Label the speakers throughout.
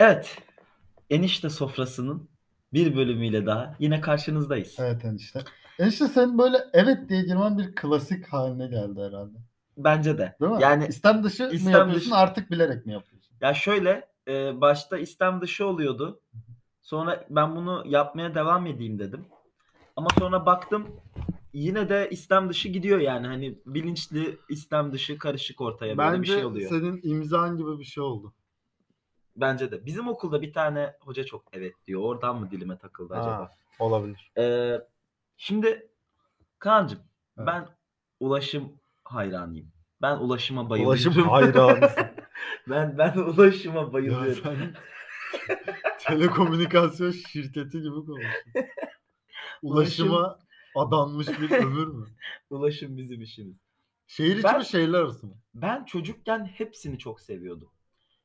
Speaker 1: Evet. Enişte sofrasının bir bölümüyle daha yine karşınızdayız.
Speaker 2: Evet enişte. Enişte senin böyle evet diye girmen bir klasik haline geldi herhalde.
Speaker 1: Bence de.
Speaker 2: Değil mi?
Speaker 1: Yani
Speaker 2: istem dışı
Speaker 1: istem
Speaker 2: mı yapıyorsun
Speaker 1: dışı.
Speaker 2: artık bilerek mi yapıyorsun?
Speaker 1: ya şöyle e, başta istem dışı oluyordu. Sonra ben bunu yapmaya devam edeyim dedim. Ama sonra baktım yine de istem dışı gidiyor yani. Hani bilinçli istem dışı karışık ortaya böyle bir şey oluyor.
Speaker 2: senin imzan gibi bir şey oldu.
Speaker 1: Bence de. Bizim okulda bir tane hoca çok evet diyor. Oradan mı dilime takıldı acaba?
Speaker 2: Ha, olabilir.
Speaker 1: Ee, şimdi Kaan'cığım
Speaker 2: Evet.
Speaker 1: ben ulaşım hayranıyım. Ben ulaşıma
Speaker 2: Ulaşım
Speaker 1: bayılıyorum.
Speaker 2: hayranısın.
Speaker 1: ben ben ulaşıma
Speaker 2: ya
Speaker 1: bayılıyorum.
Speaker 2: sen telekomünikasyon şirketi gibi konuşuyorsun. Ulaşıma adanmış bir ömür mü?
Speaker 1: Ulaşım bizim işimiz.
Speaker 2: Şehir içi
Speaker 1: Ben-
Speaker 2: mi şehirler arası mı?
Speaker 1: Ben çocukken hepsini çok seviyordum.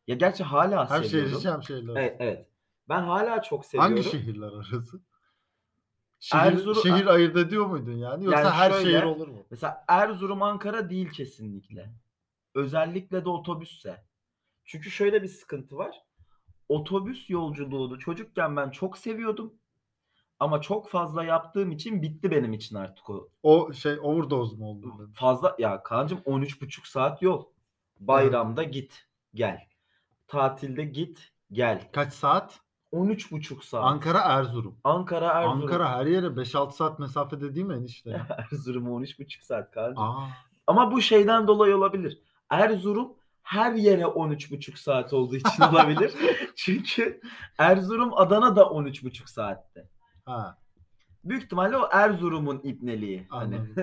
Speaker 1: Ya gerçi hala
Speaker 2: Hem şehir
Speaker 1: seviyorum.
Speaker 2: içi hem şehirler arası.
Speaker 1: evet evet. Ben hala çok seviyorum.
Speaker 2: Hangi şehirler arası? Şehir,
Speaker 1: Erzurum-
Speaker 2: şehir ayırt ediyor muydun yani? Yoksa
Speaker 1: Yani
Speaker 2: her
Speaker 1: şöyle-
Speaker 2: şehir olur mu?
Speaker 1: Mesela Erzurum Ankara değil kesinlikle. Özellikle de otobüsse. Çünkü şöyle bir sıkıntı var. Otobüs yolculuğunu çocukken ben çok seviyordum. Ama çok fazla yaptığım için bitti benim için artık o.
Speaker 2: O şey overdose mu oldu? dedi?
Speaker 1: Fazla ya kancım 13,5 saat yol. Bayramda git, gel. Tatilde git, gel.
Speaker 2: Kaç saat?
Speaker 1: 13,5 saat.
Speaker 2: Ankara Erzurum.
Speaker 1: Ankara Erzurum.
Speaker 2: Ankara her yere 5-6 saat mesafede değil mi enişte?
Speaker 1: Erzurum 13,5 saat kancım.
Speaker 2: Aa,
Speaker 1: Ama bu şeyden dolayı olabilir. Erzurum her yere 13,5 saat olduğu için olabilir. Çünkü Erzurum Adana da 13,5 saatte.
Speaker 2: ha.
Speaker 1: Büyük ihtimalle o Erzurum'un ibneliği. Hani.
Speaker 2: Anladım.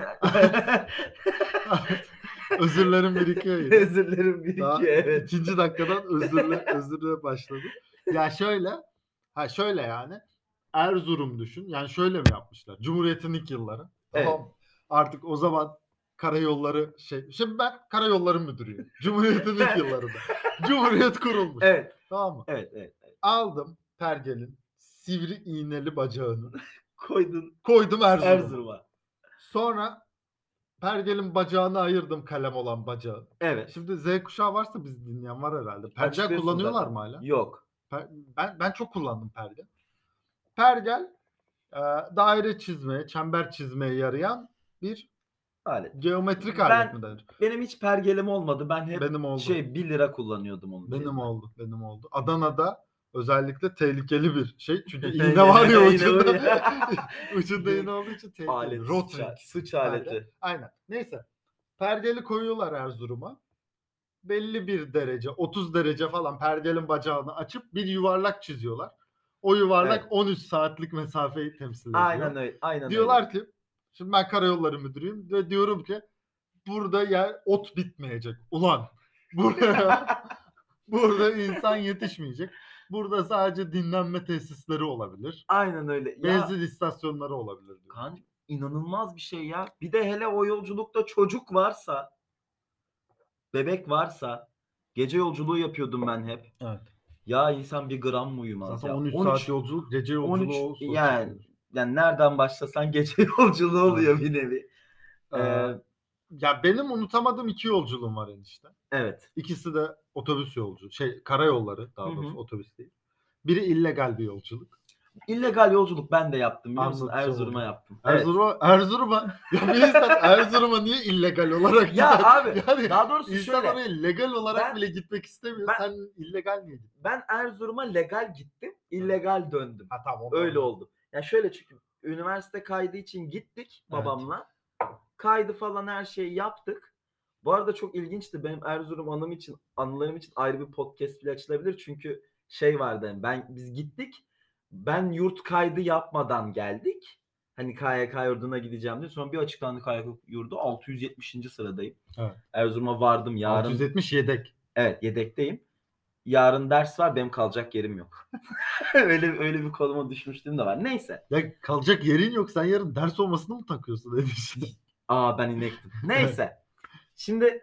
Speaker 2: Özürlerim birikiyor yine.
Speaker 1: Özür dilerim bir
Speaker 2: Daha
Speaker 1: iki evet.
Speaker 2: ikinci dakikadan özürle, özürle başladı. Ya şöyle, ha şöyle yani Erzurum düşün. Yani şöyle mi yapmışlar? Cumhuriyet'in ilk yılları. Tamam. mı? Artık o zaman karayolları şey. Şimdi ben karayolları müdürüyüm. Cumhuriyet'in ilk yıllarında. Cumhuriyet kurulmuş.
Speaker 1: Evet,
Speaker 2: Tamam mı?
Speaker 1: evet, evet.
Speaker 2: Aldım Pergel'in sivri iğneli bacağını.
Speaker 1: Koydun
Speaker 2: Koydum Erzurum'a.
Speaker 1: Erzurum'a.
Speaker 2: Sonra Pergel'in bacağını ayırdım kalem olan bacağı.
Speaker 1: Evet.
Speaker 2: Şimdi Z kuşağı varsa biz dinleyen var herhalde. Pergel
Speaker 1: Açıklıyorsun
Speaker 2: kullanıyorlar
Speaker 1: zaten.
Speaker 2: mı hala?
Speaker 1: Yok.
Speaker 2: Per- ben ben çok kullandım pergel. Pergel e, daire çizmeye, çember çizmeye yarayan bir
Speaker 1: Alet.
Speaker 2: geometrik
Speaker 1: Ben-
Speaker 2: alet mi denir?
Speaker 1: Benim hiç pergelim olmadı. Ben hep
Speaker 2: Benim oldu.
Speaker 1: şey 1 lira kullanıyordum onu.
Speaker 2: benim oldu. Benim oldu. Adana'da özellikle tehlikeli bir şey. Çünkü iğne var ya
Speaker 1: İğne var
Speaker 2: ucunda.
Speaker 1: ya.
Speaker 2: ucunda iğne olduğu için tehlikeli.
Speaker 1: Alet.
Speaker 2: Rotring.
Speaker 1: Sıç, sıç aleti.
Speaker 2: Aynen. Neyse. Perdeli koyuyorlar Erzurum'a. Belli bir derece, 30 derece falan perdelin bacağını açıp bir yuvarlak çiziyorlar. O yuvarlak
Speaker 1: Evet.
Speaker 2: 13 saatlik mesafeyi temsil ediyor.
Speaker 1: Aynen öyle. Aynen öyle.
Speaker 2: Diyorlar ki, şimdi ben karayolları müdürüyüm ve diyorum ki burada ya ot bitmeyecek. Ulan buraya burada insan yetişmeyecek. Burada sadece dinlenme tesisleri olabilir.
Speaker 1: Aynen öyle. Ya
Speaker 2: Benzin istasyonları olabilir. diyor.
Speaker 1: Kaan, inanılmaz bir şey ya. Bir de hele o yolculukta çocuk varsa, bebek varsa, gece yolculuğu yapıyordum ben hep.
Speaker 2: Evet.
Speaker 1: Ya insan bir gram mı uyumaz ya?
Speaker 2: Zaten 13, saat yolculuk, gece yolculuğu
Speaker 1: 13
Speaker 2: olsun.
Speaker 1: yani yani nereden başlasan gece yolculuğu oluyor bir nevi.
Speaker 2: Ee,
Speaker 1: Ee,
Speaker 2: ya benim unutamadığım iki yolculuğum var enişte.
Speaker 1: evet.
Speaker 2: İkisi de otobüs yolcu, şey karayolları daha
Speaker 1: Hı hı.
Speaker 2: doğrusu otobüs değil. Biri illegal bir yolculuk.
Speaker 1: İllegal yolculuk ben de yaptım biliyor musun?
Speaker 2: Anlatıcı
Speaker 1: Erzurum'a
Speaker 2: oldu.
Speaker 1: yaptım. Evet.
Speaker 2: Erzurum'a, Erzurum'a, ya bir insan Erzurum'a niye illegal olarak
Speaker 1: Ya
Speaker 2: gider?
Speaker 1: abi,
Speaker 2: yani
Speaker 1: Daha doğrusu
Speaker 2: insan
Speaker 1: şöyle.
Speaker 2: oraya legal olarak
Speaker 1: Ben-
Speaker 2: bile gitmek istemiyor.
Speaker 1: Ben-
Speaker 2: Sen illegal niye gittin?
Speaker 1: Ben Erzurum'a legal gittim, illegal döndüm.
Speaker 2: Ha tamam. onu
Speaker 1: Öyle
Speaker 2: anladım.
Speaker 1: oldu. Ya şöyle çünkü üniversite kaydı için gittik
Speaker 2: Evet.
Speaker 1: babamla. Kaydı falan her şeyi yaptık. Bu arada çok ilginçti. Benim Erzurum anım için, anılarım için ayrı bir podcast bile açılabilir. Çünkü şey vardı. yani ben biz gittik. Ben yurt kaydı yapmadan geldik. Hani KYK yurduna gideceğim diye. Sonra bir açıklandı KYK yurdu. 670. sıradayım.
Speaker 2: Evet.
Speaker 1: Erzurum'a vardım yarın.
Speaker 2: 670 yedek.
Speaker 1: Evet yedekteyim. Yarın ders var benim kalacak yerim yok. öyle öyle bir koluma düşmüştüm de var. Neyse.
Speaker 2: Ya kalacak yerin yok. Sen yarın ders olmasını mı takıyorsun enişte?
Speaker 1: Aa ben inektim. Neyse. Şimdi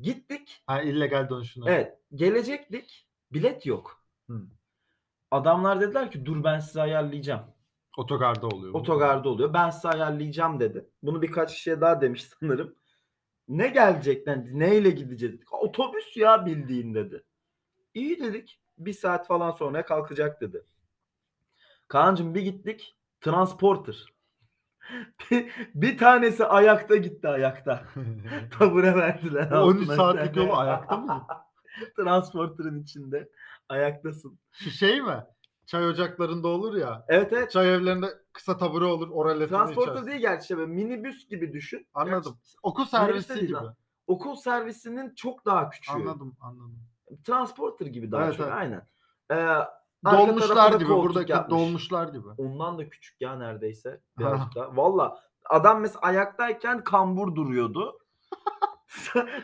Speaker 1: gittik.
Speaker 2: ha illegal dönüşüne.
Speaker 1: Evet gelecektik. Bilet yok.
Speaker 2: Hı.
Speaker 1: Adamlar dediler ki dur ben size ayarlayacağım.
Speaker 2: Otogarda oluyor. bu.
Speaker 1: Otogarda oluyor. Ben size ayarlayacağım dedi. Bunu birkaç kişiye daha demiş sanırım. Ne gelecek lan? Neyle gideceğiz? Otobüs ya bildiğin dedi. İyi dedik. bir saat falan sonra kalkacak dedi. Kaan'cığım bir gittik. Transporter. bir, bir tanesi ayakta gitti ayakta. Tabure verdiler.
Speaker 2: Bu 13
Speaker 1: altına bir
Speaker 2: saatlik
Speaker 1: tane.
Speaker 2: yolu ayakta mı?
Speaker 1: Transporter'ın içinde. Ayaktasın.
Speaker 2: Şu şey mi? Çay ocaklarında olur ya.
Speaker 1: Evet evet.
Speaker 2: Çay evlerinde kısa tabure olur. Oraletini
Speaker 1: Transporter
Speaker 2: içersin.
Speaker 1: değil gerçi şey, böyle minibüs gibi düşün.
Speaker 2: Anladım. Okul
Speaker 1: Minibüs de
Speaker 2: servisi
Speaker 1: değil
Speaker 2: gibi.
Speaker 1: lan. Okul servisinin çok daha küçüğü.
Speaker 2: Anladım anladım.
Speaker 1: Transporter gibi daha
Speaker 2: Evet,
Speaker 1: çok.
Speaker 2: evet.
Speaker 1: Aynen. Ee, arka
Speaker 2: Dolmuşlar
Speaker 1: tarafına
Speaker 2: gibi.
Speaker 1: koltuk
Speaker 2: Buradaki
Speaker 1: yapmış.
Speaker 2: dolmuşlar gibi.
Speaker 1: Ondan da küçük ya neredeyse. Birazcık daha. Valla adam mesela ayaktayken kambur duruyordu.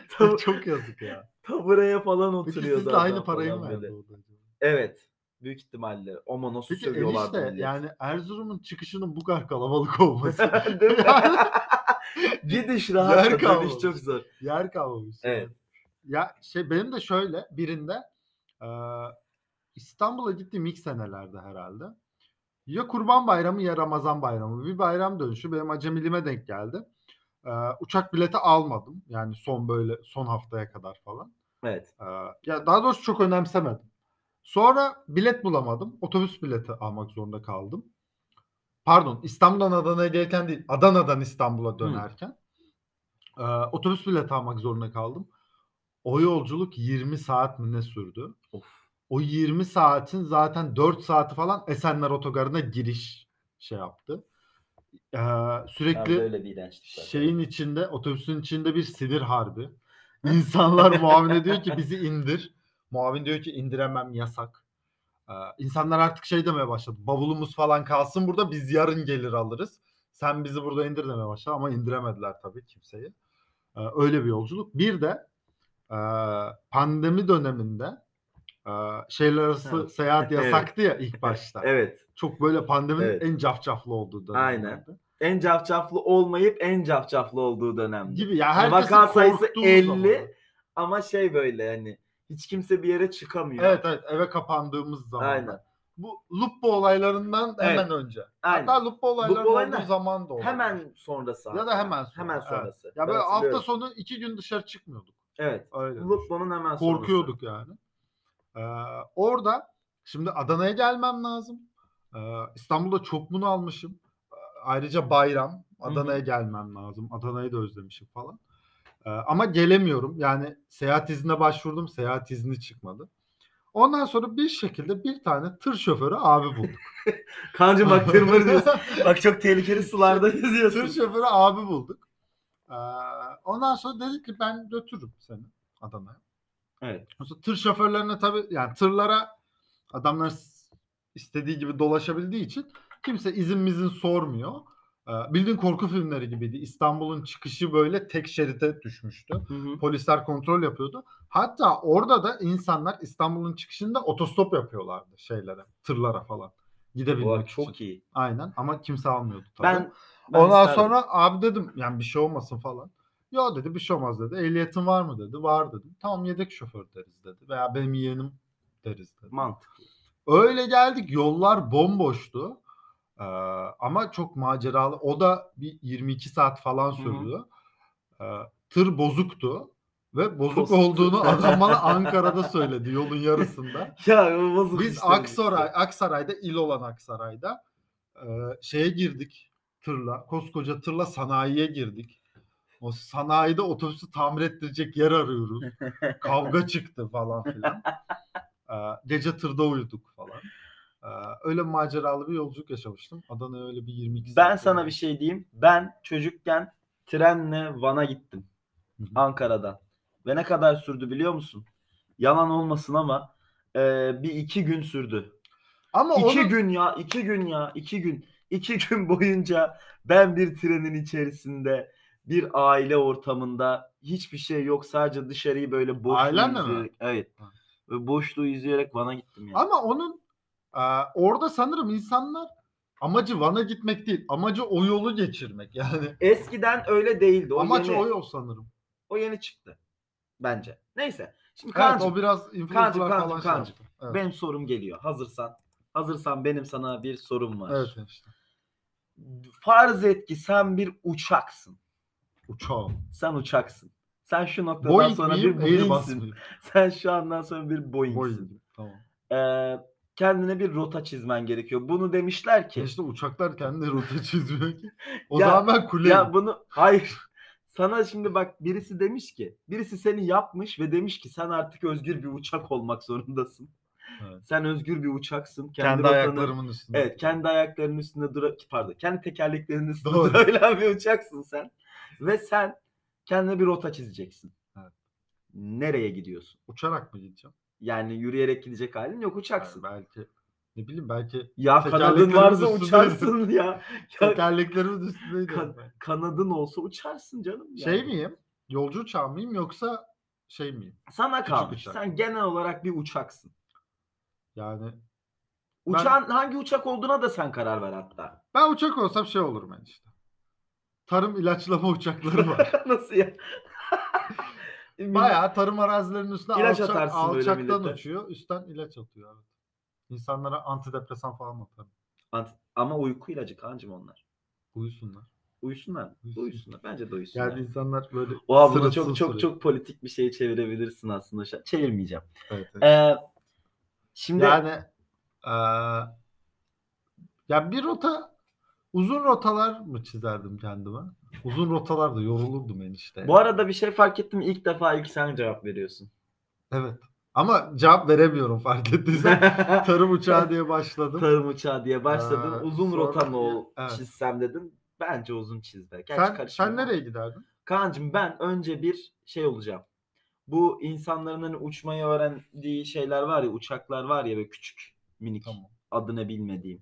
Speaker 1: Tab-
Speaker 2: Çok yazık ya.
Speaker 1: tabureye falan
Speaker 2: Peki
Speaker 1: oturuyordu.
Speaker 2: siz de aynı
Speaker 1: adam
Speaker 2: parayı mı
Speaker 1: falan böyle.
Speaker 2: verdiniz?
Speaker 1: Evet. Büyük ihtimalle. O manosu
Speaker 2: Peki
Speaker 1: sövüyorlardı.
Speaker 2: enişte
Speaker 1: millet.
Speaker 2: yani Erzurum'un çıkışının bu kadar kalabalık olması
Speaker 1: Değil mi?
Speaker 2: Yani-
Speaker 1: Gidiş rahat.
Speaker 2: Yer kalmadı.
Speaker 1: Dönüş çok zor.
Speaker 2: yer kalmamış.
Speaker 1: Evet.
Speaker 2: Ya şey benim de şöyle birinde e, İstanbul'a gittiğim ilk senelerde herhalde. Ya Kurban Bayramı ya Ramazan Bayramı. Bir bayram dönüşü benim acemiliğime denk geldi. E, uçak bileti almadım. Yani son böyle son haftaya kadar falan.
Speaker 1: Evet.
Speaker 2: Ee, ya daha doğrusu çok önemsemedim. Sonra bilet bulamadım. Otobüs bileti almak zorunda kaldım. Pardon, İstanbul'dan Adana'ya gelirken değil, Adana'dan İstanbul'a dönerken ee, otobüs bileti almak zorunda kaldım. O yolculuk 20 saat mi ne sürdü?
Speaker 1: Of.
Speaker 2: O 20 saatin zaten 4 saati falan Esenler Otogarı'na giriş şey yaptı. Ee,
Speaker 1: Ben
Speaker 2: sürekli
Speaker 1: böyle bir iğrençlikler.
Speaker 2: şeyin içinde otobüsün içinde bir sinir harbi. İnsanlar muavine diyor ki bizi indir. Muavin diyor ki indiremem yasak. Ee, insanlar artık şey demeye başladı. Bavulumuz falan kalsın burada biz yarın gelir alırız. Sen bizi burada indir demeye başladı ama indiremediler tabii kimseyi. Ee, öyle bir yolculuk. Bir de e, pandemi döneminde e, şehirler arası
Speaker 1: Ha.
Speaker 2: seyahat
Speaker 1: Evet.
Speaker 2: yasaktı ya ilk başta.
Speaker 1: Evet.
Speaker 2: Çok böyle pandeminin
Speaker 1: Evet.
Speaker 2: en cafcaflı olduğu dönemlerde.
Speaker 1: Aynen. En cafcaflı olmayıp en cafcaflı olduğu dönemde.
Speaker 2: Gibi ya
Speaker 1: Yani
Speaker 2: herkesin
Speaker 1: vaka sayısı
Speaker 2: korktuğu
Speaker 1: 50
Speaker 2: zamanlar.
Speaker 1: ama şey böyle hani hiç kimse bir yere çıkamıyor.
Speaker 2: Evet evet eve kapandığımız zaman.
Speaker 1: Aynen.
Speaker 2: Bu Lupo olaylarından
Speaker 1: Evet.
Speaker 2: hemen önce.
Speaker 1: Aynen.
Speaker 2: Hatta Lupo olaylarının
Speaker 1: olayından
Speaker 2: olduğu zaman da oldu.
Speaker 1: Hemen sonrası.
Speaker 2: Ya da
Speaker 1: hatta.
Speaker 2: hemen sonra,
Speaker 1: Hemen
Speaker 2: evet.
Speaker 1: sonrası.
Speaker 2: Ya
Speaker 1: Ben
Speaker 2: böyle hafta
Speaker 1: hatırlıyorum.
Speaker 2: sonu iki gün dışarı çıkmıyorduk.
Speaker 1: Evet.
Speaker 2: Öyle. düşün.
Speaker 1: Luplo'nun hemen sonrası.
Speaker 2: Korkuyorduk yani. Ee, orada şimdi Adana'ya gelmem lazım. Ee, İstanbul'da çok bunu almışım. Ee, Ayrıca bayram. Adana'ya gelmem lazım. Adana'yı da özlemişim falan. Ee, ama gelemiyorum. Yani seyahat iznine başvurdum. Seyahat izni çıkmadı. Ondan sonra bir şekilde bir tane tır şoförü abi bulduk.
Speaker 1: Kancı bak tırmır diyorsun. bak çok tehlikeli sularda
Speaker 2: Tır
Speaker 1: yüzüyorsun.
Speaker 2: şoförü abi bulduk. Ee, ondan sonra dedi ki ben götürürüm seni Adana'ya.
Speaker 1: Evet.
Speaker 2: Mesela tır şoförlerine tabii yani tırlara adamlar s- istediği gibi dolaşabildiği için kimse izin mizin sormuyor. Ee, bildiğin korku filmleri gibiydi. İstanbul'un çıkışı böyle tek şerite düşmüştü. Polisler kontrol yapıyordu. Hatta orada da insanlar İstanbul'un çıkışında otostop yapıyorlardı şeylere, tırlara falan. Gidebilmek
Speaker 1: Vay,
Speaker 2: için.
Speaker 1: çok iyi.
Speaker 2: Aynen ama kimse almıyordu tabii.
Speaker 1: Ben, ben
Speaker 2: Ondan
Speaker 1: isterdim.
Speaker 2: sonra abi dedim yani bir şey olmasın falan. Ya dedi bir şey olmaz dedi. Ehliyetin var mı dedi. Var dedim. Tamam yedek şoför deriz dedi. Veya benim yeğenim deriz dedi.
Speaker 1: mantık.
Speaker 2: Öyle geldik yollar bomboştu. Ee, ama çok maceralı. O da bir 22 saat falan
Speaker 1: hı.
Speaker 2: sürdü. Ee, tır bozuktu. Ve bozuk
Speaker 1: Bozuktu.
Speaker 2: olduğunu adam bana Ankara'da söyledi yolun yarısında.
Speaker 1: Ya bu bozuk
Speaker 2: Biz
Speaker 1: işte bu
Speaker 2: Aksaray,
Speaker 1: işte.
Speaker 2: Aksaray'da il olan Aksaray'da e, şeye girdik tırla. Koskoca tırla sanayiye girdik. O sanayide otobüsü tamir ettirecek yer arıyoruz. Kavga çıktı falan filan. E, gece tırda uyuduk falan. E, öyle maceralı bir yolculuk yaşamıştım. Adana'ya öyle bir 22
Speaker 1: Ben
Speaker 2: saat
Speaker 1: sana
Speaker 2: kadar.
Speaker 1: bir şey diyeyim. Ben çocukken trenle Van'a gittim.
Speaker 2: Hı hı.
Speaker 1: Ankara'dan. Ve ne kadar sürdü biliyor musun? Yalan olmasın ama e, bir iki gün sürdü.
Speaker 2: Ama
Speaker 1: İki
Speaker 2: onu-
Speaker 1: gün ya, iki gün ya, iki gün. iki gün boyunca ben bir trenin içerisinde, bir aile ortamında hiçbir şey yok. Sadece dışarıyı böyle boşluğu
Speaker 2: Ailenle mi?
Speaker 1: izleyerek. Evet.
Speaker 2: Ha.
Speaker 1: Ve boşluğu izleyerek Van'a gittim yani.
Speaker 2: Ama onun e, orada sanırım insanlar amacı Van'a gitmek değil. Amacı o yolu geçirmek yani.
Speaker 1: Eskiden öyle değildi. O
Speaker 2: Amaç
Speaker 1: yeni,
Speaker 2: o yol sanırım.
Speaker 1: o yeni çıktı. Bence. Neyse. Şimdi
Speaker 2: Evet
Speaker 1: Kaan'cığım,
Speaker 2: o biraz influencerlar
Speaker 1: Kaan'cım,
Speaker 2: falan şey
Speaker 1: Kaan'cım.
Speaker 2: yaptı. Evet.
Speaker 1: benim sorum geliyor. Hazırsan. Hazırsan benim sana bir sorum var.
Speaker 2: Evet işte.
Speaker 1: Farz et ki sen bir uçaksın.
Speaker 2: Uçağım.
Speaker 1: Sen uçaksın. Sen şu noktadan
Speaker 2: Boeing
Speaker 1: sonra
Speaker 2: miyim?
Speaker 1: bir
Speaker 2: Airbus
Speaker 1: Boeing'sin.
Speaker 2: mıyım?
Speaker 1: Sen şu andan sonra bir Boeing'sin.
Speaker 2: Boeing. Tamam.
Speaker 1: Ee, Ee, kendine bir rota çizmen gerekiyor. Bunu demişler ki.
Speaker 2: İşte uçaklar kendi rota çizmiyor ki. O
Speaker 1: Ya-
Speaker 2: zaman ben kuleyim.
Speaker 1: Ya bunu hayır. Sana şimdi bak birisi demiş ki, birisi seni yapmış ve demiş ki sen artık özgür bir uçak olmak zorundasın.
Speaker 2: Evet.
Speaker 1: Sen özgür bir uçaksın.
Speaker 2: kendi
Speaker 1: rotanı-
Speaker 2: ayaklarımın üstünde.
Speaker 1: Evet, kendi ayaklarının üstünde dura pardon, kendi tekerleklerinin üstünde
Speaker 2: Doğru.
Speaker 1: duran bir uçaksın sen. Ve sen kendine bir rota çizeceksin.
Speaker 2: Evet.
Speaker 1: Nereye gidiyorsun?
Speaker 2: Uçarak mı gideceğim?
Speaker 1: Yani yürüyerek gidecek halin yok
Speaker 2: Yani
Speaker 1: uçaksın.
Speaker 2: belki ne bileyim belki
Speaker 1: Ya kanadın
Speaker 2: Tekerleklerin
Speaker 1: varsa
Speaker 2: üstünde-
Speaker 1: uçarsın ya. ya
Speaker 2: tekerleklerimin üstündeydi.
Speaker 1: Kan- kanadın olsa uçarsın canım. yani.
Speaker 2: Şey miyim? Yolcu uçağı mıyım yoksa şey miyim?
Speaker 1: Sana
Speaker 2: Küçük
Speaker 1: kalmış.
Speaker 2: uçak.
Speaker 1: Sen genel olarak bir uçaksın.
Speaker 2: Yani Ben-
Speaker 1: Uçağın hangi uçak olduğuna da sen karar ver hatta.
Speaker 2: ben uçak olsam şey olurum ben işte. Tarım ilaçlama uçakları var.
Speaker 1: Nasıl ya?
Speaker 2: Bayağı tarım arazilerinin üstüne
Speaker 1: İlaç
Speaker 2: alçak-
Speaker 1: atarsın böyle
Speaker 2: alçaktan
Speaker 1: millete.
Speaker 2: uçuyor. Üstten ilaç atıyor. Evet. İnsanlara antidepresan falan atarım.
Speaker 1: Ant- Ama uyku ilacı kancım onlar.
Speaker 2: Uyusunlar.
Speaker 1: Uyusunlar. mı?
Speaker 2: Uyusun.
Speaker 1: Uyusunlar. Bence de uyusunlar.
Speaker 2: Yani insanlar böyle
Speaker 1: Oha bunu
Speaker 2: sırıtsın
Speaker 1: çok çok
Speaker 2: sırıtsın.
Speaker 1: çok politik bir şeye çevirebilirsin aslında. Şu an- Çevirmeyeceğim.
Speaker 2: Evet, evet.
Speaker 1: Ee, şimdi
Speaker 2: Yani eee, ya bir rota uzun rotalar mı çizerdim kendime? Uzun rotalarda yorulurdum enişte.
Speaker 1: bu arada bir şey fark ettim. İlk defa ilk sen cevap veriyorsun.
Speaker 2: Evet. Ama cevap veremiyorum fark ettiysen. Tarım uçağı diye başladım.
Speaker 1: Tarım uçağı diye başladın.
Speaker 2: Ee,
Speaker 1: uzun
Speaker 2: sonra-
Speaker 1: rota mı ol
Speaker 2: Evet.
Speaker 1: çizsem dedin. Bence uzun çiz be. Gerçi
Speaker 2: Sen,
Speaker 1: karışma.
Speaker 2: sen nereye giderdin?
Speaker 1: Kaan'cığım ben önce bir şey olacağım. Bu insanların hani uçmayı öğrendiği şeyler var ya uçaklar var ya ve küçük minik
Speaker 2: Tamam.
Speaker 1: adını bilmediğim.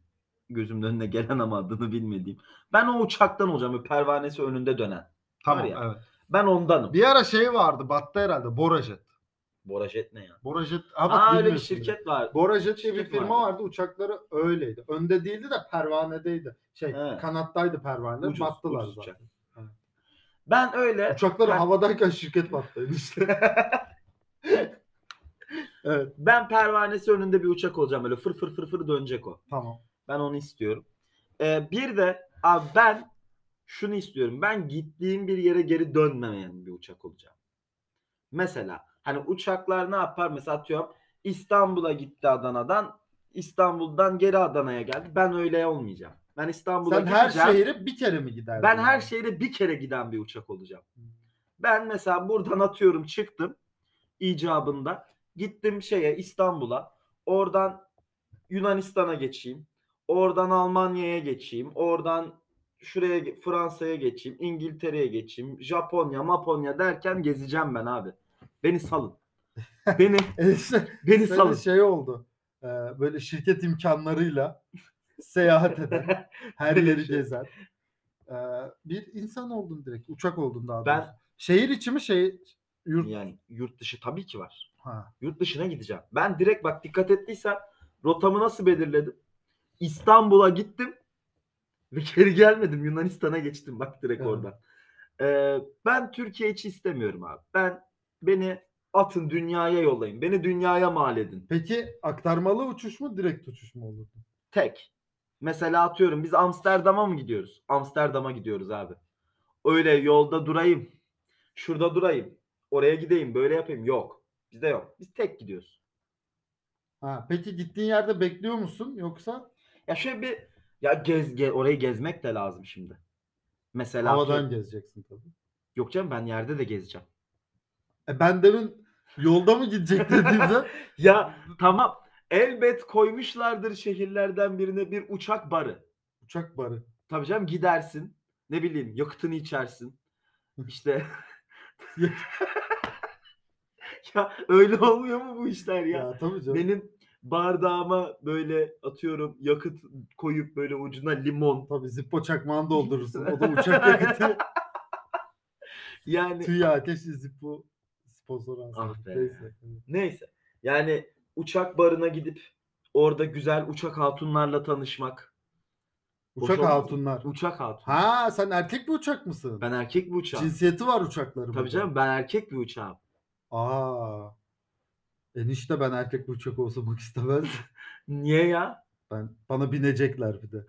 Speaker 1: Gözümün önüne gelen ama adını bilmediğim. Ben o uçaktan olacağım. böyle Pervanesi önünde dönen.
Speaker 2: Tamam
Speaker 1: ya.
Speaker 2: evet.
Speaker 1: Ben ondanım.
Speaker 2: Bir ara şey vardı battı herhalde Borajet.
Speaker 1: Borajet ne ya?
Speaker 2: Borajet ama
Speaker 1: Aa öyle bir şirket var.
Speaker 2: Borajet diye bir
Speaker 1: Şirket
Speaker 2: firma vardı. uçakları öyleydi. Önde değildi de pervanedeydi. Şey
Speaker 1: He.
Speaker 2: kanattaydı pervane.
Speaker 1: Ucuz,
Speaker 2: battılar
Speaker 1: ucuz
Speaker 2: zaten.
Speaker 1: uçak. Ben öyle
Speaker 2: Uçakları
Speaker 1: Ben-
Speaker 2: havadayken şirket battıydı işte. evet
Speaker 1: ben pervanesi önünde bir uçak olacağım. Böyle fır fır fır fır dönecek o.
Speaker 2: tamam.
Speaker 1: Ben onu istiyorum. Ee, bir de abi ben şunu istiyorum. Ben gittiğim bir yere geri dönmeyen bir uçak olacağım. Mesela hani uçaklar ne yapar? Mesela atıyorum İstanbul'a gitti Adana'dan. İstanbul'dan geri Adana'ya geldi. Ben öyle olmayacağım. Ben İstanbul'a
Speaker 2: Sen her
Speaker 1: gideceğim.
Speaker 2: şehre bir kere mi giderdin?
Speaker 1: Ben her
Speaker 2: yani?
Speaker 1: şehre bir kere giden bir uçak olacağım.
Speaker 2: Hmm.
Speaker 1: Ben mesela buradan atıyorum çıktım icabında. Gittim şeye İstanbul'a. Oradan Yunanistan'a geçeyim. Oradan Almanya'ya geçeyim. Oradan şuraya ge- Fransa'ya geçeyim. İngiltere'ye geçeyim. Japonya, Maponya derken gezeceğim ben abi. Beni salın. Beni
Speaker 2: E işte,
Speaker 1: beni
Speaker 2: senin
Speaker 1: salın.
Speaker 2: şey oldu. e, böyle şirket imkanlarıyla seyahat eden, her
Speaker 1: Böyle
Speaker 2: yeri
Speaker 1: şey.
Speaker 2: gezen e, bir insan oldun direkt. Uçak oldun daha
Speaker 1: Ben-
Speaker 2: doğrusu. Şehir içi mi şey yurt?
Speaker 1: Yani yurt dışı tabii ki var.
Speaker 2: Ha.
Speaker 1: Yurt dışına gideceğim. Ben direkt bak dikkat ettiysen rotamı nasıl belirledim? İstanbul'a gittim ve geri gelmedim. Yunanistan'a geçtim bak direkt
Speaker 2: Evet.
Speaker 1: oradan. Ee, ben Türkiye hiç istemiyorum abi. Ben beni atın dünyaya yollayın. Beni dünyaya mal edin.
Speaker 2: Peki aktarmalı uçuş mu direkt uçuş mu olurdu?
Speaker 1: Tek. Mesela atıyorum biz Amsterdam'a mı gidiyoruz? Amsterdam'a gidiyoruz abi. Öyle yolda durayım. Şurada durayım. Oraya gideyim. Böyle yapayım. Yok. Bizde yok. Biz tek gidiyoruz.
Speaker 2: Ha, peki gittiğin yerde bekliyor musun yoksa
Speaker 1: Ya şöyle bir ya gez, ge- orayı gezmek de lazım şimdi. Mesela
Speaker 2: havadan
Speaker 1: atıyorum-
Speaker 2: gezeceksin tabii.
Speaker 1: yok canım ben yerde de gezeceğim.
Speaker 2: E ben demin yolda mı gidecek dediğimde
Speaker 1: Ya tamam elbet koymuşlardır şehirlerden birine bir uçak barı.
Speaker 2: uçak barı.
Speaker 1: Tabii canım gidersin. Ne bileyim yakıtını içersin. İşte ya öyle olmuyor mu bu işler
Speaker 2: Ya,
Speaker 1: ya?
Speaker 2: tabii canım.
Speaker 1: Benim bardağıma böyle atıyorum yakıt koyup böyle ucuna limon.
Speaker 2: Tabii zippo çakmağını doldurursun. O da uçak yakıtı.
Speaker 1: Yani
Speaker 2: Tüya keşke zippo sponsoru alsaydı.
Speaker 1: Ah be.
Speaker 2: Neyse.
Speaker 1: Neyse. Yani uçak barına gidip orada güzel uçak hatunlarla tanışmak. Boş
Speaker 2: Uçak
Speaker 1: olmaz.
Speaker 2: hatunlar.
Speaker 1: Uçak hatun.
Speaker 2: Ha sen erkek bir uçak mısın?
Speaker 1: Ben erkek bir uçağım.
Speaker 2: Cinsiyeti var uçakların.
Speaker 1: Tabii
Speaker 2: burada.
Speaker 1: canım ben erkek bir uçağım.
Speaker 2: Aa. Enişte ben erkek bir uçak olsa bak istemez.
Speaker 1: Niye ya?
Speaker 2: Ben bana binecekler bir de.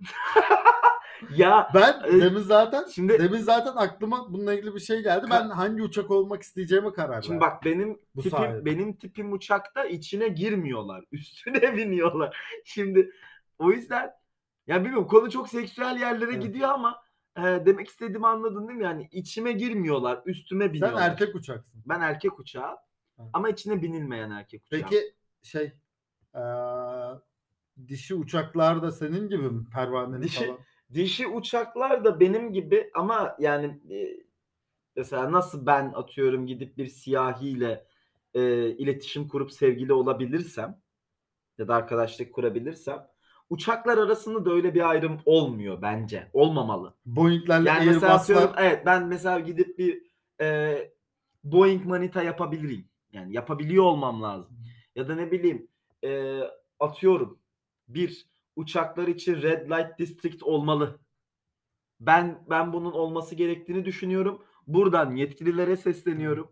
Speaker 1: ya
Speaker 2: Ben
Speaker 1: Ee,
Speaker 2: demin zaten
Speaker 1: şimdi-
Speaker 2: demin zaten aklıma bununla ilgili bir şey geldi. Ben hangi uçak olmak isteyeceğime karar verdim.
Speaker 1: şimdi bak benim
Speaker 2: Bu
Speaker 1: tipim
Speaker 2: sayede.
Speaker 1: benim tipim uçakta içine girmiyorlar. Üstüne biniyorlar. Şimdi o yüzden ya bilmiyorum konu çok seksüel yerlere
Speaker 2: Evet.
Speaker 1: gidiyor ama e, demek istediğimi anladın değil mi? Yani içime girmiyorlar, üstüme
Speaker 2: sen
Speaker 1: biniyorlar.
Speaker 2: erkek uçaksın.
Speaker 1: Ben erkek uçağı
Speaker 2: Evet.
Speaker 1: ama içine binilmeyen erkek uçağı.
Speaker 2: Peki şey eee, dişi uçaklar da senin gibi mi pervaneli
Speaker 1: Dişi-
Speaker 2: falan?
Speaker 1: Dişi uçaklar da benim gibi ama yani e, mesela nasıl ben atıyorum gidip bir siyahiyle e, iletişim kurup sevgili olabilirsem ya da arkadaşlık kurabilirsem uçaklar arasında da öyle bir ayrım olmuyor bence. Olmamalı.
Speaker 2: Boeing'lerle
Speaker 1: Yani mesela
Speaker 2: Airbus'lar
Speaker 1: atıyorum evet ben mesela gidip bir e, Boeing manita yapabilirim. Yani yapabiliyor olmam lazım. Ya da ne bileyim e, atıyorum bir uçaklar için red light district olmalı. Ben ben bunun olması gerektiğini düşünüyorum. Buradan yetkililere sesleniyorum.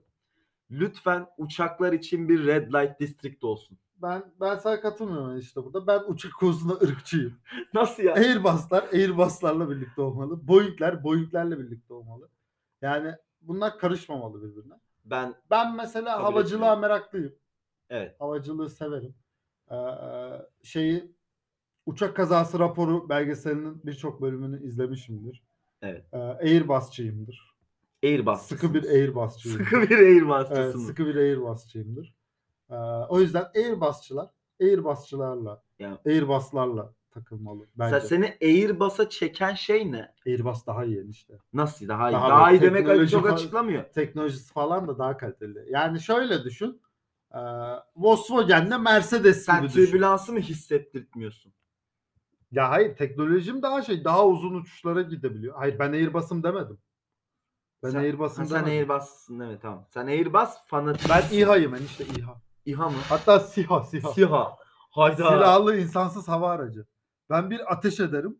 Speaker 1: Lütfen uçaklar için bir red light district olsun.
Speaker 2: ben ben sana katılmıyorum işte burada. Ben uçak konusunda ırkçıyım.
Speaker 1: Nasıl
Speaker 2: E-
Speaker 1: ya?
Speaker 2: Airbus'lar Airbus'larla birlikte olmalı. Boeing'ler Boeing'lerle birlikte olmalı. Yani bunlar karışmamalı birbirine.
Speaker 1: Ben
Speaker 2: Ben mesela
Speaker 1: Kabul
Speaker 2: havacılığa
Speaker 1: etmiyorum.
Speaker 2: meraklıyım.
Speaker 1: Evet.
Speaker 2: Havacılığı severim. Ee, şeyi uçak kazası raporu belgeselinin birçok bölümünü izlemişimdir.
Speaker 1: Evet.
Speaker 2: Ee, Airbus'çıyımdır.
Speaker 1: Airbus.
Speaker 2: Sıkı bir Airbus'çıyım.
Speaker 1: Sıkı bir
Speaker 2: Evet,
Speaker 1: Airbus'çısınız.
Speaker 2: sıkı bir Airbus'çıyımdır. Ee, o yüzden Airbus'çılar Airbus'çılarla
Speaker 1: Yani-
Speaker 2: Airbus'larla takılmalı bence.
Speaker 1: Mesela seni Airbus'a çeken şey ne?
Speaker 2: Airbus daha iyi işte.
Speaker 1: Nasıl daha iyi?
Speaker 2: Daha
Speaker 1: Daha,
Speaker 2: böyle
Speaker 1: iyi demek
Speaker 2: teknoloji
Speaker 1: çok
Speaker 2: falan-
Speaker 1: açıklamıyor.
Speaker 2: Teknolojisi falan da daha kaliteli. Yani şöyle düşün. Ee, Volkswagen'le Mercedes
Speaker 1: Sen
Speaker 2: gibi düşün.
Speaker 1: türbülansı mı hissettirtmiyorsun?
Speaker 2: Ya hayır teknolojim daha şey daha uzun uçuşlara gidebiliyor. Hayır ben Airbus'um demedim. Ben
Speaker 1: Sen- Ha,
Speaker 2: Airbus'um
Speaker 1: sen
Speaker 2: demedim.
Speaker 1: Airbus'sın değil mi? Tamam. Sen Airbus fanatik.
Speaker 2: Ben İHA'yım enişte İHA.
Speaker 1: İHA mı?
Speaker 2: Hatta SİHA SİHA.
Speaker 1: SİHA. Hayda.
Speaker 2: Silahlı insansız hava aracı. Ben bir ateş ederim.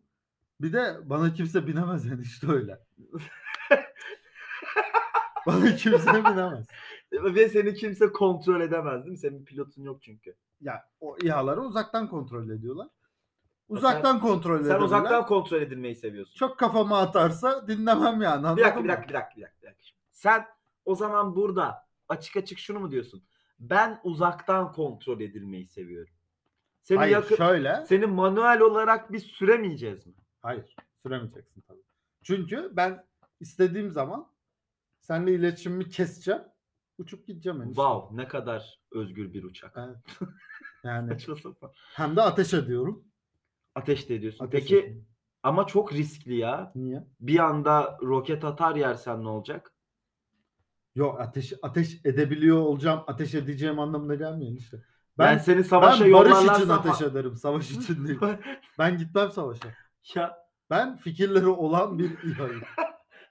Speaker 2: Bir de bana kimse binemez enişte öyle. bana kimse binemez.
Speaker 1: Ve seni kimse kontrol edemez değil mi? Senin pilotun yok çünkü.
Speaker 2: Ya o İHA'ları uzaktan kontrol ediyorlar.
Speaker 1: sen-
Speaker 2: Uzaktan kontrol
Speaker 1: Sen
Speaker 2: ediyorlar.
Speaker 1: uzaktan kontrol edilmeyi seviyorsun.
Speaker 2: Çok kafama atarsa dinlemem yani anladın
Speaker 1: bir dakika,
Speaker 2: mı?
Speaker 1: bir dakika, bir dakika, bir dakika, bir dakika. Sen o zaman burada açık açık şunu mu diyorsun? Ben uzaktan kontrol edilmeyi seviyorum. Seni
Speaker 2: Hayır
Speaker 1: yakın,
Speaker 2: şöyle.
Speaker 1: seni manuel olarak biz süremeyeceğiz mi?
Speaker 2: Hayır. Süremeyeceksin tabii. Çünkü ben istediğim zaman seninle iletişimimi keseceğim. Uçup gideceğim enişte.
Speaker 1: Wow, ne kadar özgür bir uçak.
Speaker 2: Evet. Yani
Speaker 1: Saçma sapan.
Speaker 2: hem de ateş ediyorum.
Speaker 1: Ateş de ediyorsun.
Speaker 2: Ateş
Speaker 1: Peki
Speaker 2: ediyorum.
Speaker 1: ama çok riskli ya.
Speaker 2: niye?
Speaker 1: Bir anda roket atar yersen ne olacak?
Speaker 2: Yok ateş ateş edebiliyor olacağım. Ateş edeceğim anlamına gelmiyor işte.
Speaker 1: Ben,
Speaker 2: Ben ben,
Speaker 1: seni savaşa
Speaker 2: barış için
Speaker 1: yollarlarsam
Speaker 2: ateş ederim. Savaş için değil. Ben gitmem savaşa.
Speaker 1: ya
Speaker 2: Ben fikirleri olan bir İHA'yım.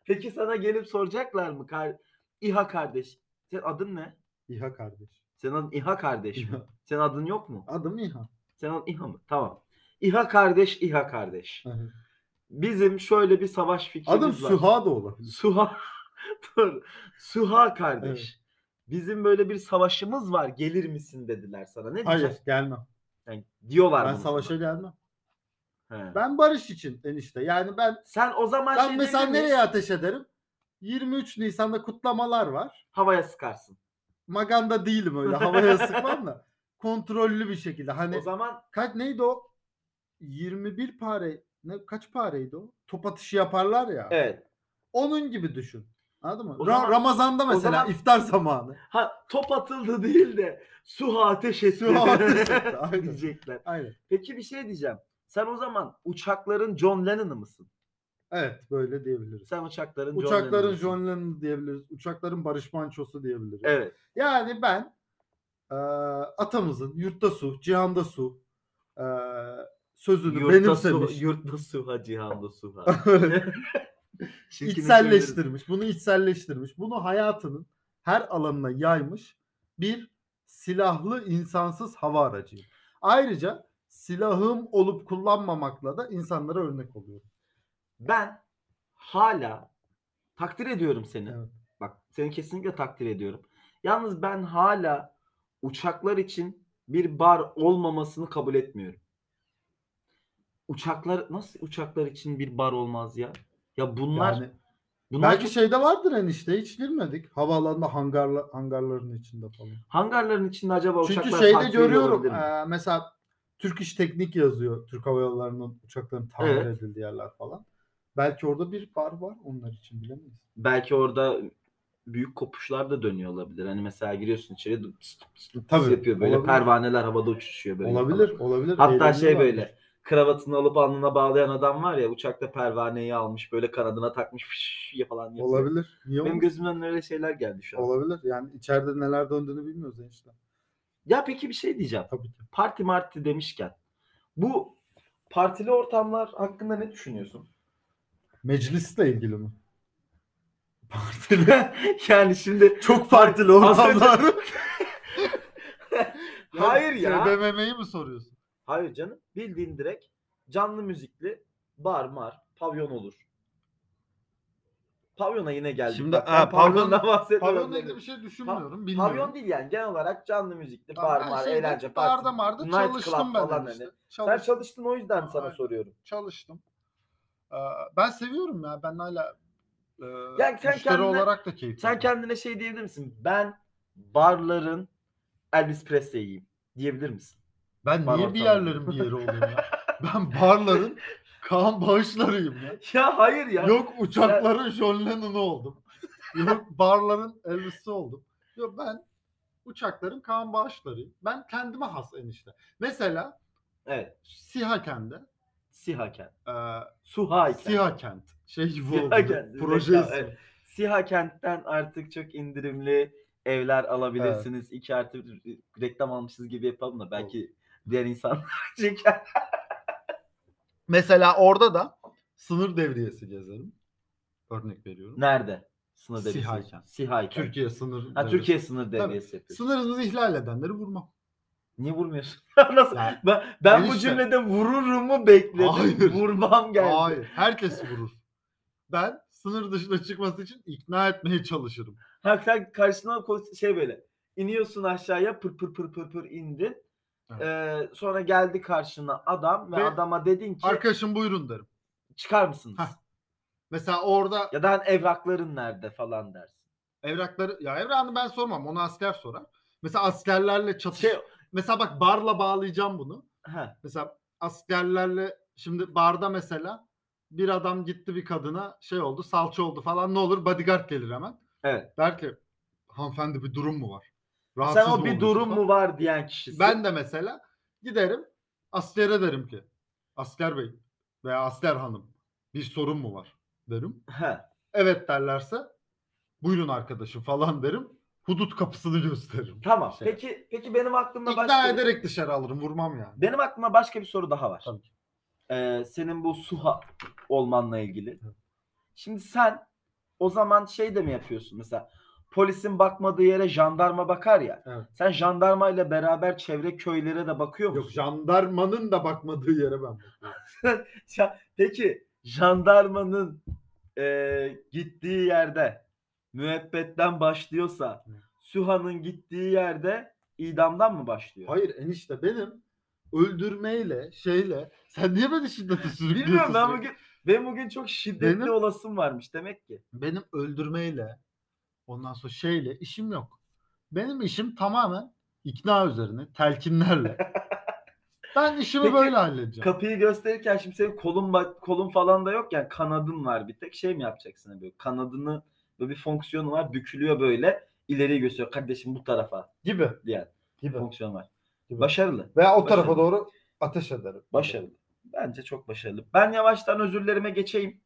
Speaker 1: peki sana gelip soracaklar mı kar İHA kardeş? Senin adın ne?
Speaker 2: İHA kardeş.
Speaker 1: Senin adın İHA kardeş mi?
Speaker 2: İHA.
Speaker 1: Senin adın yok mu?
Speaker 2: Adım İHA.
Speaker 1: Senin adın İHA mı? Tamam. İHA kardeş, İHA kardeş.
Speaker 2: Evet.
Speaker 1: Bizim şöyle bir şey savaş fikrimiz
Speaker 2: Adım
Speaker 1: var.
Speaker 2: Süha da olabilir.
Speaker 1: Suha dur. Suha kardeş. Bizim böyle bir savaşımız var. Gelir misin dediler sana. Ne
Speaker 2: Hayır
Speaker 1: diyeceksin?
Speaker 2: gelmem.
Speaker 1: Yani diyorlar
Speaker 2: Ben
Speaker 1: bunu
Speaker 2: savaşa
Speaker 1: sana.
Speaker 2: gelmem.
Speaker 1: He.
Speaker 2: Ben barış için enişte. Yani ben
Speaker 1: Sen o zaman
Speaker 2: Ben
Speaker 1: şey
Speaker 2: mesela
Speaker 1: diyebilir
Speaker 2: nereye
Speaker 1: miyiz?
Speaker 2: ateş ederim? 23 Nisan'da kutlamalar var.
Speaker 1: havaya sıkarsın.
Speaker 2: Maganda değilim öyle havaya sıkmam da. Kontrollü bir şekilde.
Speaker 1: O
Speaker 2: Hani
Speaker 1: zaman
Speaker 2: kaç neydi o? 21 pare ne kaç pareydi o? Top atışı yaparlar ya.
Speaker 1: evet.
Speaker 2: Onun gibi düşün. Anladın mı?
Speaker 1: O
Speaker 2: Ra-
Speaker 1: zaman-
Speaker 2: Ramazan'da mesela
Speaker 1: zaman-
Speaker 2: iftar zamanı.
Speaker 1: Ha top atıldı değil de Suha ateş etti.
Speaker 2: Suha ateş etti, aynen.
Speaker 1: diyecekler.
Speaker 2: Aynen.
Speaker 1: Peki bir şey diyeceğim. Sen o zaman uçakların John Lennon'ı mısın?
Speaker 2: Evet böyle diyebiliriz.
Speaker 1: Sen uçakların John
Speaker 2: Uçakların
Speaker 1: Lennon'ısın.
Speaker 2: John Lennon'ı diyebiliriz. Uçakların Barış Manço'su diyebiliriz.
Speaker 1: Evet.
Speaker 2: Yani ben eee, atamızın yurtta su, cihanda su eee, sözünü
Speaker 1: Yurtta, su,
Speaker 2: benimsemiş,
Speaker 1: yurtta Suha, cihanda Suha. Çirkini söyleriz.
Speaker 2: içselleştirmiş, bunu içselleştirmiş, bunu hayatının her alanına yaymış bir silahlı insansız hava aracıyım. Ayrıca silahım olup kullanmamakla da insanlara örnek oluyorum.
Speaker 1: Ben hala takdir ediyorum seni.
Speaker 2: Evet.
Speaker 1: Bak seni kesinlikle takdir ediyorum. Yalnız ben hala uçaklar için bir bar olmamasını kabul etmiyorum. uçaklar nasıl uçaklar için bir bar olmaz ya? Ya bunlar
Speaker 2: Yani
Speaker 1: bunlar
Speaker 2: belki
Speaker 1: çok-
Speaker 2: şeyde vardır enişte hiç girmedik. Havaalanında hangarla, hangarların içinde falan.
Speaker 1: hangarların içinde acaba
Speaker 2: Çünkü
Speaker 1: uçaklar
Speaker 2: şeyde
Speaker 1: takviye
Speaker 2: görüyorum
Speaker 1: olabilir mi?
Speaker 2: e, mesela Türk İş Teknik yazıyor. Türk Hava Yolları'nın uçakların tamir
Speaker 1: Evet.
Speaker 2: edildiği yerler falan. Belki orada bir bar var onlar için bilemeyiz.
Speaker 1: belki orada büyük kopuşlar da dönüyor olabilir. Hani mesela giriyorsun içeri dıp tıs tıp tıs tıp tıs
Speaker 2: Tabii,
Speaker 1: yapıyor böyle
Speaker 2: olabilir.
Speaker 1: pervaneler havada uçuşuyor böyle.
Speaker 2: Olabilir,
Speaker 1: falan.
Speaker 2: olabilir.
Speaker 1: Hatta
Speaker 2: Eğleniyorlar.
Speaker 1: şey böyle kravatını alıp alnına bağlayan adam var ya uçakta pervaneyi almış böyle kanadına takmış fış diye falan yapıyor.
Speaker 2: Olabilir. Niye
Speaker 1: Benim
Speaker 2: olmasın?
Speaker 1: gözümden öyle şeyler geldi şu an.
Speaker 2: Olabilir. Yani içeride neler döndüğünü bilmiyoruz enişte.
Speaker 1: Ya peki bir şey diyeceğim.
Speaker 2: Tabii ki.
Speaker 1: Parti marti demişken bu partili ortamlar hakkında ne düşünüyorsun?
Speaker 2: Meclisle ilgili mi?
Speaker 1: yani şimdi
Speaker 2: Çok partili
Speaker 1: ortamlar. hayır
Speaker 2: şey,
Speaker 1: ya.
Speaker 2: SBMM'yi mi soruyorsun?
Speaker 1: Hayır canım. Bildiğin direkt canlı müzikli bar mar pavyon olur. Pavyona yine geldik.
Speaker 3: Şimdi,
Speaker 1: Bak ben
Speaker 3: ha, pavyon-
Speaker 1: pavyondan bahsediyorum.
Speaker 2: Pavyonla ilgili bir şey düşünmüyorum. Bilmiyorum.
Speaker 1: Pavyon değil yani genel olarak canlı müzikli
Speaker 2: Ama
Speaker 1: bar
Speaker 2: ben
Speaker 1: mar
Speaker 2: şeyde,
Speaker 1: eğlence partisi.
Speaker 2: Barda marda
Speaker 1: night
Speaker 2: çalıştım
Speaker 1: club
Speaker 2: ben
Speaker 1: falan
Speaker 2: enişte.
Speaker 1: hani. Sen
Speaker 2: Çalıştım.
Speaker 1: çalıştın o yüzden sana
Speaker 2: Aynen.
Speaker 1: soruyorum.
Speaker 2: çalıştım. Ee, ben seviyorum ya. Ben hala e,
Speaker 1: Yani sen
Speaker 2: müşteri
Speaker 1: kendine-
Speaker 2: olarak da keyif
Speaker 1: Sen
Speaker 2: alıyorum.
Speaker 1: kendine şey diyebilir misin? Ben barların Elvis Presley'iyim diyebilir misin?
Speaker 2: Ben
Speaker 1: Bar
Speaker 2: niye bir
Speaker 1: ortamı.
Speaker 2: yerlerin bir yeri olayım ya? Ben barların Kaan Bağışlar'ıyım ya.
Speaker 1: Ya hayır ya.
Speaker 2: Yok uçakların John Lennon'u oldum. Yok barların Elvis'i oldum. Yok ben uçakların Kaan Bağışlar'ıyım. Ben kendime has enişte. Mesela
Speaker 1: Evet.
Speaker 2: Sihakent'e
Speaker 1: Sihaken.
Speaker 2: e,
Speaker 1: Suhaken.
Speaker 2: Sihakent şey gibi oldu.
Speaker 1: Sihakent,
Speaker 2: Proje
Speaker 1: reklam,
Speaker 2: ismi.
Speaker 1: evet. Siha Kent'ten artık çok indirimli evler alabilirsiniz. İki artı bir reklam almışız gibi yapalım da belki diğer insanlar çeker.
Speaker 2: Mesela orada da sınır devriyesi gezerim. Örnek veriyorum.
Speaker 1: Nerede? Sınır devriyesi.
Speaker 2: Siha
Speaker 1: Siha
Speaker 2: Kent.
Speaker 1: Kent.
Speaker 2: Türkiye sınır.
Speaker 1: Ha,
Speaker 2: devriyesi.
Speaker 1: Türkiye sınır devriyesi yapıyor.
Speaker 2: Sınırımızı ihlal edenleri vurmam.
Speaker 1: Niye vurmuyorsun? Nasıl?
Speaker 2: Yani,
Speaker 1: Ben, ben bu
Speaker 2: Enişte.
Speaker 1: cümlede vururumu bekledim.
Speaker 2: Hayır.
Speaker 1: Vurmam geldi.
Speaker 2: hayır. Herkes vurur. Ben sınır dışına çıkması için ikna etmeye çalışırım.
Speaker 1: Ha, sen karşına ko- şey böyle. İniyorsun aşağıya pır pır pır pır pır indin.
Speaker 2: Evet.
Speaker 1: Ee, sonra geldi karşına adam ve,
Speaker 2: Ve
Speaker 1: adama dedin ki
Speaker 2: Arkadaşım buyurun derim.
Speaker 1: çıkar mısınız?
Speaker 2: Hah. Mesela orada
Speaker 1: Ya da hani evrakların nerede falan dersin.
Speaker 2: evrakları ya evrağını ben sormam. Onu asker sorar. Mesela askerlerle çatış.
Speaker 1: Şey,
Speaker 2: Mesela bak barla bağlayacağım bunu.
Speaker 1: ha,
Speaker 2: Mesela askerlerle şimdi barda mesela bir adam gitti bir kadına şey oldu salça oldu falan ne olur bodyguard gelir hemen.
Speaker 1: evet.
Speaker 2: Der ki hanımefendi bir durum mu var?
Speaker 1: Sen
Speaker 2: Rahatsız
Speaker 1: o
Speaker 2: mı
Speaker 1: bir
Speaker 2: oldunuz?"
Speaker 1: durum
Speaker 2: falan.
Speaker 1: mu var diyen kişisin.
Speaker 2: Ben de mesela giderim askere derim ki asker bey veya asker hanım bir sorun mu var derim.
Speaker 1: Ha,
Speaker 2: Evet derlerse buyurun arkadaşım falan derim. Hudut kapısını gösteririm.
Speaker 1: tamam.
Speaker 2: Şey.
Speaker 1: Peki peki benim aklımda
Speaker 2: İkna
Speaker 1: başka bir,
Speaker 2: ederek dışarı alırım vurmam yani.
Speaker 1: benim aklıma başka bir soru daha var.
Speaker 2: Tabii.
Speaker 1: Ee, senin bu suha olmanla ilgili. Şimdi sen o zaman şey de mi yapıyorsun mesela polisin bakmadığı yere jandarma bakar ya.
Speaker 2: Evet.
Speaker 1: Sen jandarma ile beraber çevre köylere de bakıyor musun?
Speaker 2: Yok jandarmanın da bakmadığı yere ben bakıyorum.
Speaker 1: Ya, Peki jandarmanın e, gittiği yerde müebbetten başlıyorsa
Speaker 2: Evet.
Speaker 1: Süha'nın gittiği yerde idamdan mı başlıyor?
Speaker 2: Hayır enişte benim öldürmeyle şeyle sen niye beni şiddete sürüklüyorsun?
Speaker 1: Bilmiyorum ben
Speaker 2: sürekli?
Speaker 1: bugün benim bugün çok şiddetli
Speaker 2: Benim-
Speaker 1: olasım varmış demek ki.
Speaker 2: benim öldürmeyle ondan sonra şeyle işim yok. Benim işim tamamen ikna üzerine, telkinlerle. ben işimi
Speaker 1: Peki,
Speaker 2: böyle halledeceğim.
Speaker 1: Kapıyı gösterirken şimdi senin kolun ba- kolun falan da yokken kanadın var bir tek şey mi yapacaksın hani böyle kanadını böyle bir fonksiyonu var bükülüyor böyle ileriye gösteriyor kardeşim bu tarafa
Speaker 2: gibi.
Speaker 1: diyen
Speaker 2: Gibi.
Speaker 1: fonksiyon var.
Speaker 2: Gibi.
Speaker 1: Başarılı.
Speaker 2: Veya o
Speaker 1: Başarılı.
Speaker 2: tarafa doğru ateş ederim.
Speaker 1: Başarılı. Bence çok başarılı. Ben yavaştan özürlerime geçeyim.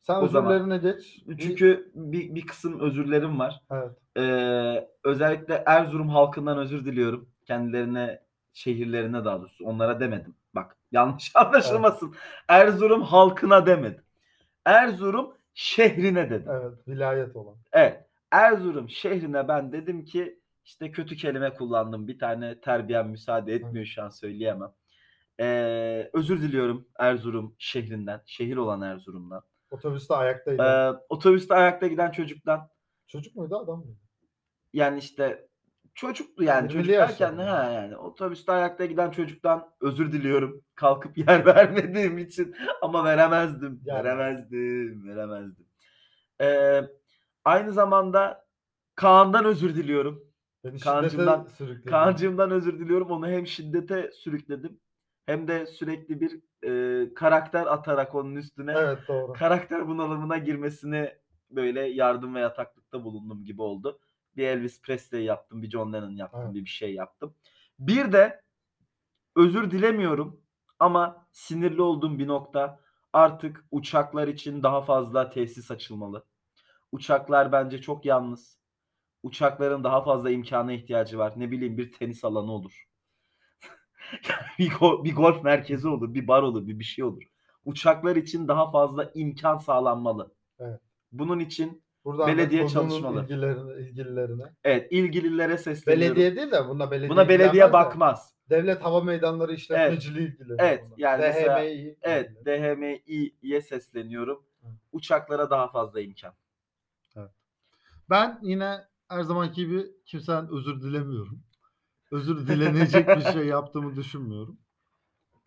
Speaker 2: Sen
Speaker 1: O zaman.
Speaker 2: özürlerine geç.
Speaker 1: Çünkü bir, bir kısım özürlerim var.
Speaker 2: Evet.
Speaker 1: Ee, özellikle Erzurum halkından özür diliyorum. Kendilerine, şehirlerine daha doğrusu. Onlara demedim. Bak yanlış anlaşılmasın. Erzurum halkına demedim. Erzurum şehrine dedim. Evet.
Speaker 2: Evet, vilayet olan.
Speaker 1: Erzurum şehrine ben dedim ki işte kötü kelime kullandım. Bir tane terbiyem müsaade etmiyor şu an söyleyemem. Ee, özür diliyorum Erzurum şehrinden. Şehir olan Erzurum'dan.
Speaker 2: Otobüste ayaktaydı.
Speaker 1: Ee, otobüste ayakta giden çocuktan
Speaker 2: Çocuk muydu adam mıydı?
Speaker 1: yani işte çocuktu yani.
Speaker 2: Yirmili
Speaker 1: Çocuk derken
Speaker 2: yaşlarında.
Speaker 1: ha yani otobüste ayakta giden çocuktan özür diliyorum. Kalkıp yer vermediğim için ama veremezdim.
Speaker 2: Yani.
Speaker 1: Veremezdim. Veremezdim. Ee, aynı zamanda Kaan'dan özür diliyorum.
Speaker 2: Beni
Speaker 1: Kaan'cımdan-
Speaker 2: şiddete sürükledi.
Speaker 1: Kaan'cığımdan özür diliyorum. Onu hem şiddete sürükledim hem de sürekli bir e, karakter atarak onun üstüne
Speaker 2: Evet doğru.
Speaker 1: karakter bunalımına girmesini böyle yardım ve yataklıkta bulundum gibi oldu. Bir Elvis Presley yaptım, bir John Lennon yaptım,
Speaker 2: Evet.
Speaker 1: bir bir şey yaptım. Bir de özür dilemiyorum ama sinirli olduğum bir nokta artık uçaklar için daha fazla tesis açılmalı. Uçaklar bence çok yalnız. Uçakların daha fazla imkana ihtiyacı var. Ne bileyim bir tenis alanı olur. bir, go- bir golf merkezi olur, bir bar olur, bir bir şey olur. Uçaklar için daha fazla imkan sağlanmalı.
Speaker 2: Evet.
Speaker 1: Bunun için
Speaker 2: Buradan
Speaker 1: belediye
Speaker 2: da konunun
Speaker 1: çalışmalı.
Speaker 2: ilgilerine, ilgililerine.
Speaker 1: evet ilgililere sesleniyorum.
Speaker 2: Belediye değil de buna belediye
Speaker 1: Buna belediye
Speaker 2: ilgilenmez de,
Speaker 1: bakmaz.
Speaker 2: Devlet hava meydanları işletmeciliği ilgileniyor.
Speaker 1: Evet,
Speaker 2: buna.
Speaker 1: yani mesela-
Speaker 2: DHMİ.
Speaker 1: Evet, DHMİ'ye sesleniyorum.
Speaker 2: Evet.
Speaker 1: Uçaklara daha fazla imkan.
Speaker 2: Ben yine her zamanki gibi kimseden özür dilemiyorum. Özür dilenecek bir şey yaptığımı düşünmüyorum.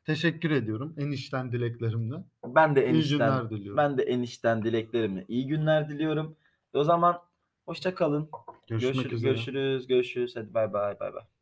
Speaker 2: Teşekkür ediyorum en içten dileklerimle.
Speaker 1: Ben de
Speaker 2: İyi
Speaker 1: enişten
Speaker 2: günler diliyorum.
Speaker 1: ben de enişten dileklerimle iyi günler diliyorum. O zaman hoşça kalın.
Speaker 2: Görüşmek
Speaker 1: Görüşür-
Speaker 2: üzere.
Speaker 1: Görüşürüz, görüşürüz. Hadi bay bay bay bay.